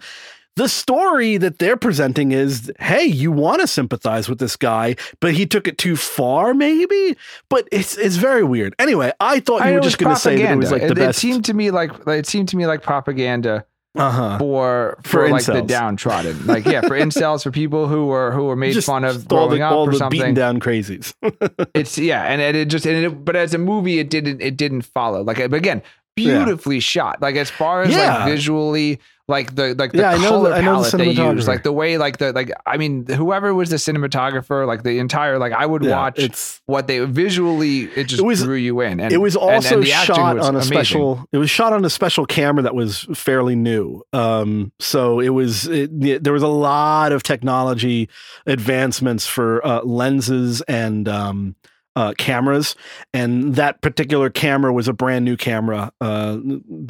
A: the story that they're presenting is hey you want to sympathize with this guy but he took it too far maybe but it's it's very weird anyway i thought you
B: I-
A: were
B: it
A: just
B: was
A: going to say that it was like
B: propaganda.
A: the
B: it,
A: best
B: It seemed to me like it seemed to me like propaganda
A: uh-huh
B: for
A: For
B: for, like the
A: incels.
B: downtrodden. Like yeah, for incels, for people who were who were made
A: Just
B: fun of
A: all
B: growing
A: the,
B: up
A: all
B: or
A: the beaten
B: something.
A: down crazies
B: It's yeah, and, and it just and it, but as a movie, it didn't it didn't follow. Like but again,
A: Yeah.
B: beautifully shot. Like as far as
A: Yeah.
B: like visually, like the like the
A: Yeah, I know
B: color
A: the- I know the
B: palette they
A: cinematographer.
B: used, like the way like the like I mean, whoever was the cinematographer, like the entire like I would
A: Yeah,
B: watch
A: it's
B: what they visually it just
A: It was-
B: drew you in. And
A: it was
B: and- and
A: also
B: the acting
A: shot
B: was
A: on a
B: amazing.
A: special it was shot on a special camera that was fairly new um so it was it, there was a lot of technology advancements for uh, lenses and um uh, cameras and that particular camera was a brand new camera uh,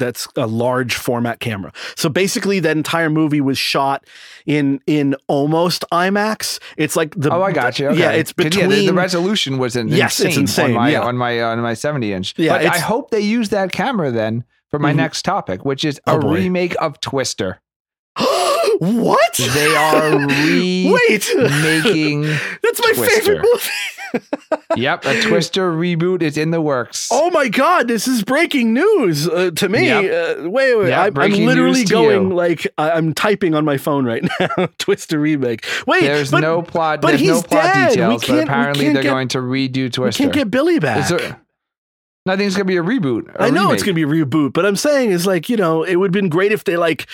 A: that's a large format camera so basically that entire movie was shot in in almost imax it's like the
B: Oh, I got you. Okay.
A: yeah it's
B: 'Cause,
A: between
B: the, the resolution was in,
A: Yes,
B: insane,
A: it's insane,
B: on my
A: yeah.
B: on my on my seventy inch.
A: Yeah,
B: but I
A: it's-
B: hope they use that camera then for my
A: Mhm.
B: next topic, which is
A: Oh,
B: a
A: boy.
B: remake of Twister.
A: what
B: They are
A: Wait,
B: remaking.
A: That's my
B: Twister.
A: favorite movie.
B: yep, a Twister reboot is in the works.
A: Oh my god, this is breaking news uh, to me. Uh, wait, wait,
B: Yep,
A: I'm, I'm
B: breaking
A: literally
B: news to
A: going
B: you.
A: like I- I'm typing on my phone right now. Twister remake. Wait,
B: there's
A: but
B: no plot.
A: but
B: there's no
A: he's
B: plot
A: dead. We
B: details.
A: can't- we
B: But apparently,
A: can't
B: they're
A: get-
B: going to redo
A: we
B: Twister.
A: can't get Billy back.
B: Is there- No, I think it's gonna be a reboot.
A: I know it's gonna be a reboot, but I'm saying is like you know it would have been great if they like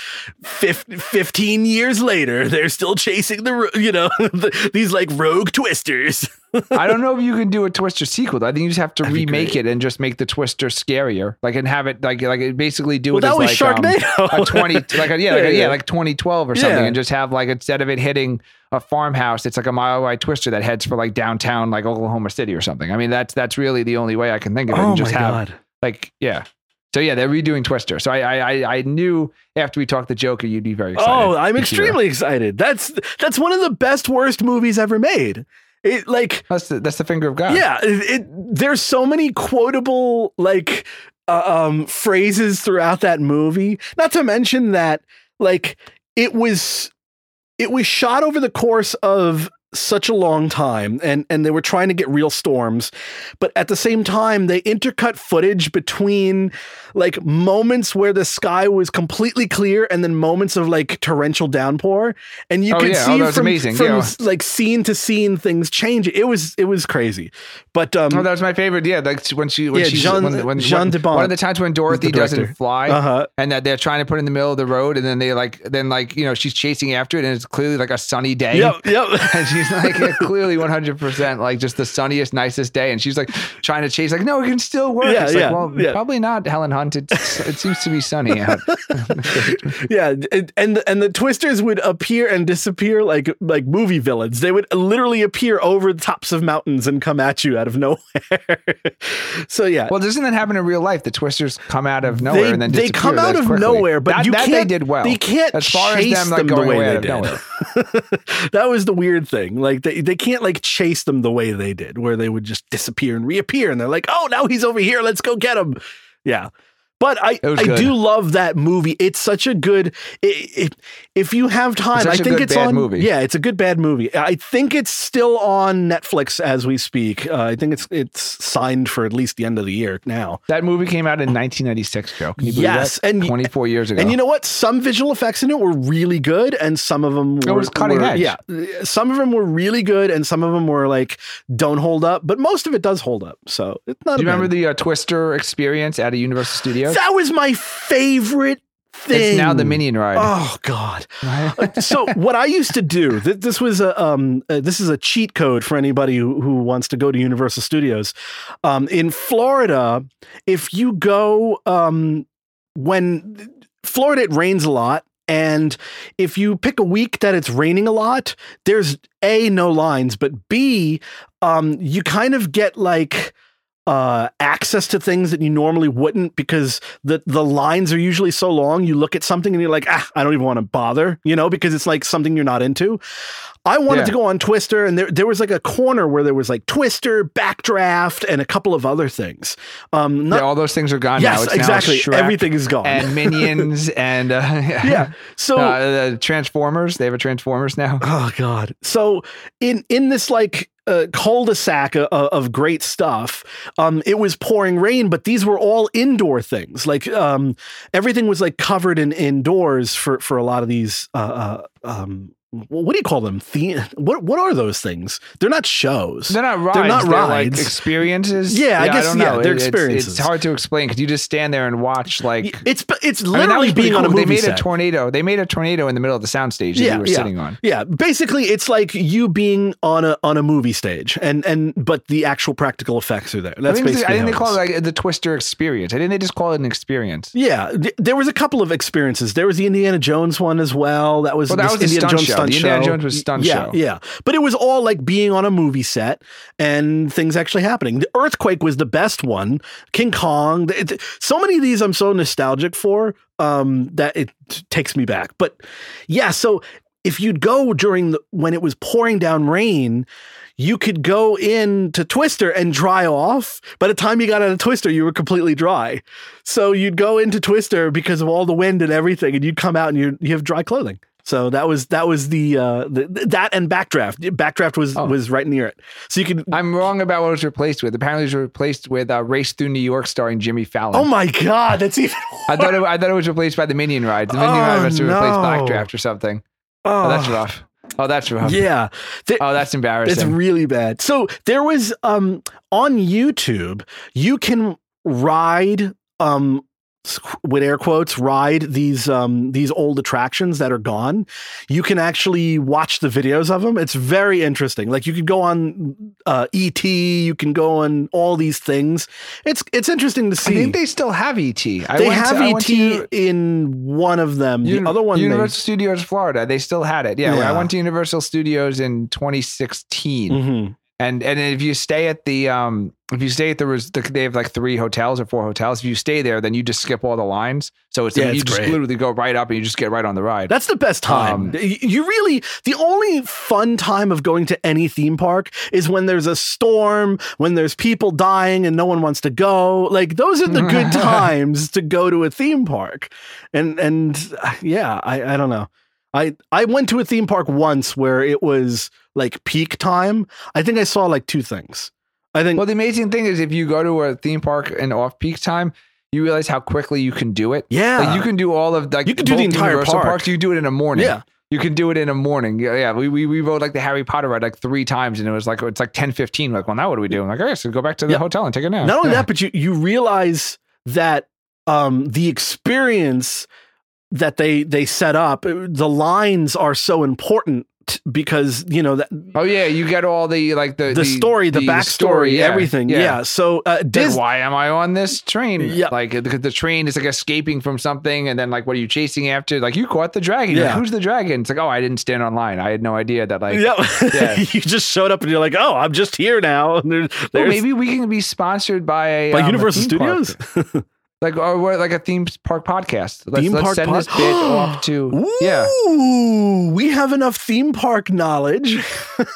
A: fif- 15 years later they're still chasing the ro- you know the, these like rogue twisters.
B: be. I don't know if you can do a Twister sequel. I think you just have to
A: be
B: remake it and just make the Twister scarier, like and have it like like basically do
A: Well,
B: it as
A: that was
B: like um,
A: Sharknado.
B: a 20 like a, yeah, like a, yeah like 2012 or something
A: Yeah.
B: and just have like instead of it hitting a farmhouse it's like a mile wide twister that heads for like downtown like oklahoma city or something i mean that's that's really the only way i can think of it
A: oh
B: and just
A: my
B: have
A: god.
B: like yeah so yeah they're redoing twister so i i i, I knew after we talked the joker you'd be very excited
A: Oh, I'm
B: to hear.
A: extremely excited. That's that's one of the best worst movies ever made. It like
B: that's the, that's the finger of god
A: yeah, it, it there's so many quotable like uh, um phrases throughout that movie. Not to mention that like it was it was shot over the course of such a long time and and they were trying to get real storms but at the same time they intercut footage between like moments where the sky was completely clear and then moments of like torrential downpour and you
B: Oh,
A: could
B: yeah. Oh,
A: see
B: that was
A: from,
B: amazing.
A: from
B: Yeah.
A: s- like scene to scene things change it was it was crazy but um
B: Oh, that was my favorite. Yeah, like when she, when
A: Yeah,
B: she's
A: Jean-
B: when, when,
A: Jean
B: when,
A: de Bont
B: one of the times when Dorothy
A: director.
B: doesn't fly,
A: uh-huh
B: and that they're trying to put it in the middle of the road, and then they like, then like you know, she's chasing after it, and it's clearly like a sunny day.
A: yep yep
B: and she he's like clearly 100% like just the sunniest, nicest day. And she's like trying to chase, like, no, it can still work.
A: Yeah,
B: it's
A: yeah,
B: like, well,
A: yeah.
B: probably not, Helen Hunt. It's, it seems to be sunny out.
A: Yeah, and and the, and the twisters would appear and disappear like like movie villains. They would literally appear over the tops of mountains and come at you out of nowhere. so yeah,
B: well, doesn't that happen in real life? The twisters come out of nowhere
A: they,
B: and then
A: they
B: disappear
A: come out
B: really
A: of
B: quickly.
A: nowhere, but
B: that,
A: you
B: that
A: can't.
B: they did well.
A: They can't
B: as far
A: chase
B: as them like
A: them
B: going
A: the way
B: away out
A: they
B: of
A: did.
B: nowhere.
A: that was the weird thing. Like they they can't like chase them the way they did, where they would just disappear and reappear, and they're like, oh, now he's over here. Let's go get him. Yeah. But I,
B: It was
A: I
B: good.
A: do love that movie. It's such a good. i i if you have time, I
B: such a
A: think
B: good
A: it's
B: bad
A: on.
B: movie.
A: Yeah, it's a good bad movie. I think it's still on Netflix as we speak. Uh, I think it's it's signed for at least the end of the year now.
B: That movie came out in 1996, Joe. Can you believe
A: Yes,
B: that?
A: and-
B: 24 years ago.
A: And you know what? Some visual effects in it were really good, and some of them were
B: was cutting
A: were-
B: edge.
A: Yeah, some of them were really good, and some of them were like don't hold up. But most of it does hold up. So it's not.
B: Do you
A: a bad-
B: remember the uh, Twister experience at a Universal Studios?
A: that was my favorite thing.
B: It's now the Minion ride.
A: Oh God!
B: Right?
A: So what I used to do th- this was a um uh, this is a cheat code for anybody who, who wants to go to Universal Studios. Um, in Florida, if you go um when Florida it rains a lot, and if you pick a week that it's raining a lot, there's a no lines, but b um you kind of get like uh access to things that you normally wouldn't because the the lines are usually so long you look at something and you're like ah I don't even want to bother you know because it's like something you're not into I wanted
B: Yeah.
A: to go on Twister and there there was like a corner where there was like Twister backdraft and a couple of other things um
B: yeah,
A: not,
B: all those things are gone now.
A: yes
B: It's
A: exactly
B: Now Shrek
A: everything is gone
B: and Minions and uh,
A: yeah so
B: uh, Transformers. They have a Transformers now.
A: Oh God! So in in this like uh, cul-de-sac of, of great stuff, um, it was pouring rain, but these were all indoor things. Like um, everything was like covered in indoors for for a lot of these. Uh, uh, um, wh- what do you call them? The- what what are those things? They're not shows.
B: They're not rides.
A: They're not
B: like,
A: rides.
B: experiences.
A: Yeah, I guess,
B: don't
A: yeah,
B: know.
A: they're
B: It- it's-
A: experiences.
B: It's, hard to explain because you just stand there and watch. Like
A: it's it's
B: I mean, that
A: literally
B: was pretty
A: being on a
B: cool.
A: movie
B: They made
A: set.
B: a tornado. They made a tornado in the middle of the soundstage that
A: Yeah,
B: you were
A: yeah.
B: sitting on.
A: Yeah, basically, it's like you being on a on a movie stage, and and but the actual practical effects are there. That's
B: I think, they-
A: basically.
B: I think
A: how
B: they
A: it
B: call
A: is.
B: it like the Twister experience. I think they just call it an experience.
A: Yeah, th- there was a couple of experiences. There was the Indiana Jones one as well. That was,
B: Well, that
A: this
B: was a
A: Indiana
B: stunt
A: Jones
B: show.
A: stunt
B: The
A: show.
B: Indiana Jones was stunt
A: yeah,
B: show.
A: Yeah, but it was all like being on a movie set and things actually happening. The earthquake was the best one. King Kong. th- th- so many of these I'm so nostalgic for um, that it t- takes me back. But yeah, so if you'd go during the when it was pouring down rain. You could go in to Twister and dry off. By the time you got out of Twister, you were completely dry. So you'd go into Twister because of all the wind and everything, and you'd come out and you you have dry clothing. So that was that was the, uh, the that and backdraft. Backdraft was
B: Oh.
A: was right near it. So you could.
B: I'm wrong about what it was replaced with. Apparently, it was replaced with uh, Race Through New York starring Jimmy Fallon.
A: Oh my god, that's even.
B: I thought it, I thought it was replaced by the Minion ride. The Minion
A: Oh,
B: ride must have replaced
A: no.
B: Blackdraft or something. Oh, that's rough. Oh, that's rough.
A: Yeah, There-
B: Oh, that's
A: it's
B: embarrassing.
A: really bad. So there was um on YouTube, you can ride um s- with air quotes ride these um these old attractions that are gone you can actually watch the videos of them it's very interesting like you could go on uh et you can go on all these things it's it's interesting to
B: I
A: see
B: think they still have ET. I
A: They
B: went to-
A: have
B: I went
A: et
B: to
A: in one of them
B: Uni-
A: the other one they-
B: Universal Studios Florida. They still had it. Yeah, when I
A: Yeah.
B: went to Universal Studios in 2016.
A: Mhm.
B: And and if you stay at the um if you stay at the, res- the they have like three hotels or four hotels. If you stay there, then you just skip all the lines. So it's
A: Yeah,
B: you
A: it's
B: just
A: great.
B: literally go right up and you just get right on the ride.
A: That's the best time.
B: Um,
A: Y- you really the only fun time of going to any theme park is when there's a storm, when there's people dying and no one wants to go. Like those are the good times to go to a theme park. And and uh, yeah, I I don't know. I I went to a theme park once where it was like peak time. I think I saw like two things. I think
B: Well, the amazing thing is if you go to a theme park in off peak time, you realize how quickly you can do it.
A: yeah.
B: Like you can do all of like
A: You can do the
B: both
A: entire
B: Universal
A: park.
B: parks. You do it in a morning.
A: Yeah.
B: You can do it in a morning. Yeah, yeah. We, we we rode like the Harry Potter ride like three times, and it was like it's like ten fifteen. Like, well, now what do we do? I'm like, I guess we go back to the
A: Yeah.
B: hotel and take a nap.
A: Not only
B: Yeah.
A: that, but you you realize that um, the experience that they they set up, uh, the lines are so important great because you know that
B: Oh yeah, you get all the like the
A: the, story, the, backstory,
B: story, yeah,
A: everything. Yeah. So uh,
B: Then
A: Disney.
B: why am I on this train?
A: Yeah.
B: Like uh, because the train is like escaping from something, and then like what are you chasing after? Like you caught the dragon. Like,
A: Yeah.
B: Who's the dragon? It's like oh I didn't stand on line. I had no idea that like oh,
A: Yep.
B: Yeah.
A: you just showed up and you're like, oh, I'm just here now. And there,
B: well,
A: there's
B: maybe we can be sponsored by a,
A: by
B: um, a
A: Universal
B: theme park.
A: Studios.
B: like or what, like a theme park podcast. Let's,
A: Theme
B: let's
A: park
B: send
A: pod-
B: this bit off to yeah
A: Ooh, we have enough theme park knowledge.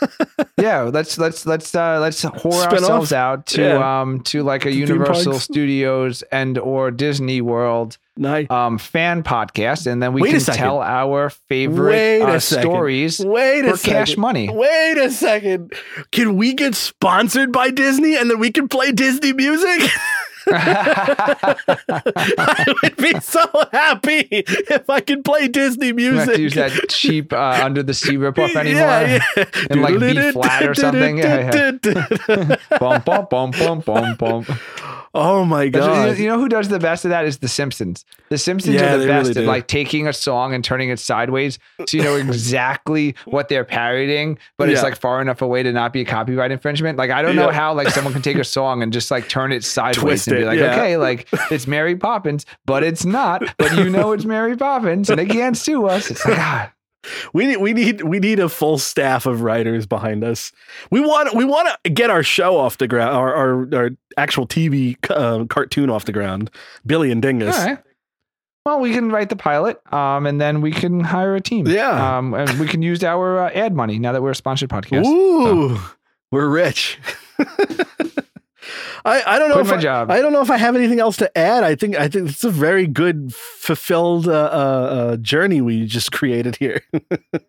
B: yeah. Let's let's let's uh, let's whore
A: Spin off.
B: ourselves out to
A: Yeah.
B: um to like a
A: theme
B: Universal
A: parks.
B: Studios and or Disney World
A: Nice.
B: um fan podcast, and then we
A: Wait a
B: can
A: second.
B: tell our favorite
A: Wait a
B: uh,
A: second.
B: stories
A: Wait a
B: for
A: second.
B: cash money.
A: Wait a second. Can we get sponsored by Disney and then we can play Disney music? I would be so happy if I could play Disney
B: You have
A: music.
B: to use that cheap uh, under the sea ripoff anymore.
A: Yeah, yeah.
B: In, like, B flat or something? Yeah, Bum, bum, bum, bum, bum, bum.
A: oh my
B: That's-
A: god.
B: You you know who does the best of that is The Simpsons. The Simpsons
A: Yeah,
B: are the
A: they really
B: best
A: do.
B: at like taking a song and turning it sideways, so you know exactly what they're parodying, but it's
A: Yeah.
B: like far enough away to not be a copyright infringement. Like I don't know
A: Yeah.
B: how like someone can take a song and just like turn it sideways
A: Twist
B: and be
A: it,
B: like,
A: yeah.
B: okay, like it's Mary Poppins, but it's not. But you know it's Mary Poppins, and they can't sue us. It's like ah,
A: We need we need we need a full staff of writers behind us. We want we want to get our show off the ground, our our, our actual TV uh, cartoon off the ground. Billy and Dingus.
B: all right. Well, we can write the pilot, um, and then we can hire a team.
A: Yeah.
B: um, and we can use our uh, ad money now that we're a sponsored podcast.
A: Ooh,
B: Oh.
A: we're rich. I, I don't know
B: Quit
A: if
B: my
A: I,
B: job.
A: I don't know if I have anything else to add. I think I think it's a very good fulfilled uh, uh, uh, journey we just created here.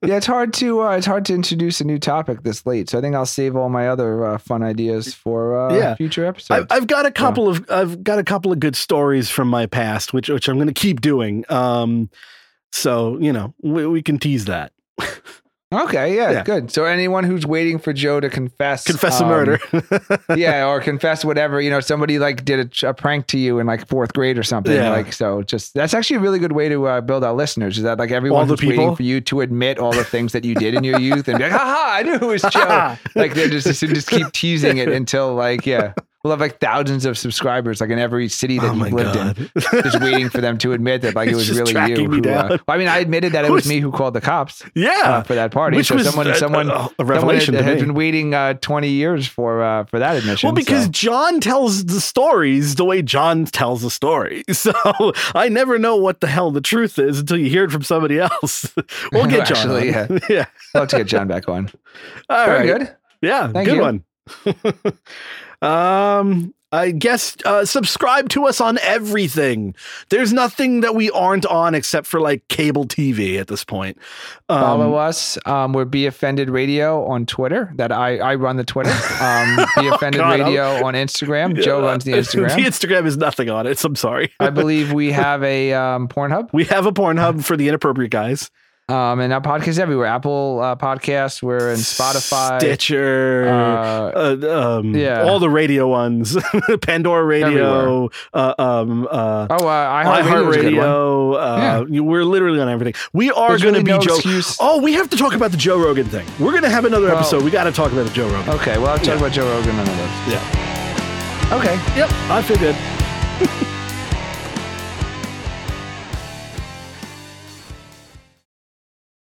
B: yeah, it's hard to uh, it's hard to introduce a new topic this late. So I think I'll save all my other uh, fun ideas for uh,
A: Yeah.
B: future
A: I've,
B: episodes.
A: I've got a couple of I've got a couple of good stories from my past, which which I'm going to keep doing. Um, so you know we, we can tease that.
B: okay, yeah,
A: Yeah.
B: good. So anyone who's waiting for Joe to confess
A: Confess
B: um,
A: a murder.
B: yeah, or confess whatever you know, somebody like did a, a prank to you in like fourth grade or something.
A: Yeah.
B: Like so, just that's actually a really good way to uh, build our listeners. Is that like everyone
A: All the
B: who's waiting
A: people?
B: for you to admit all the things that you did in your youth and be like, haha, I knew it was Joe. like they just just just keep teasing it until like yeah. We'll have like thousands of subscribers, like in every city that
A: oh my
B: you've lived in.
A: god!
B: just waiting for them to admit that like
A: It's
B: it was
A: just
B: really
A: tracking
B: you.
A: me
B: who, uh,
A: down.
B: I mean, I admitted that it was
A: Who's-
B: me who called the cops uh,
A: yeah,
B: for that party.
A: which
B: so
A: was
B: someone,
A: a,
B: someone,
A: a, a
B: someone
A: revelation
B: had,
A: to
B: had
A: me.
B: been waiting uh, twenty years for uh, for that admission.
A: Well, because
B: so.
A: John tells the stories the way John tells the story. So I never know what the hell the truth is until you hear it from somebody else. we'll get John.
B: Actually,
A: on. yeah.
B: I'll have to get John back on.
A: All
B: Very
A: right.
B: good.
A: Yeah.
B: Thank
A: good
B: you.
A: one. um, I guess uh, subscribe to us on everything. There's nothing that we aren't on except for like cable TV at this point. Um,
B: Follow us. Um, we're Be Offended Radio on Twitter. That I I run the Twitter. Um, Be Offended
A: Oh, God, I'm-
B: Radio on Instagram. Joe runs the
A: the
B: Instagram.
A: Instagram is nothing on it. so I'm sorry.
B: I believe we have a um, Pornhub.
A: We have a Pornhub for the inappropriate guys.
B: Um, and our podcast everywhere. Apple uh, Podcasts. We're in Spotify.
A: Stitcher.
B: Uh,
A: uh, um,
B: Yeah.
A: all the radio ones, Pandora Radio, uh, um, uh,
B: Oh, uh, I Heart Radio.
A: iHeartRadio. Uh, you- We're literally on everything. We are
B: There's
A: going to
B: really
A: be
B: no
A: Joe.
B: excuse.
A: Oh, we have to talk about the Joe Rogan thing. We're going to have another episode. We got to talk about the Joe Rogan.
B: Okay, well, I'll talk
A: Yeah.
B: about Joe Rogan in a little.
A: Yeah.
B: Okay.
A: Yep. I feel good.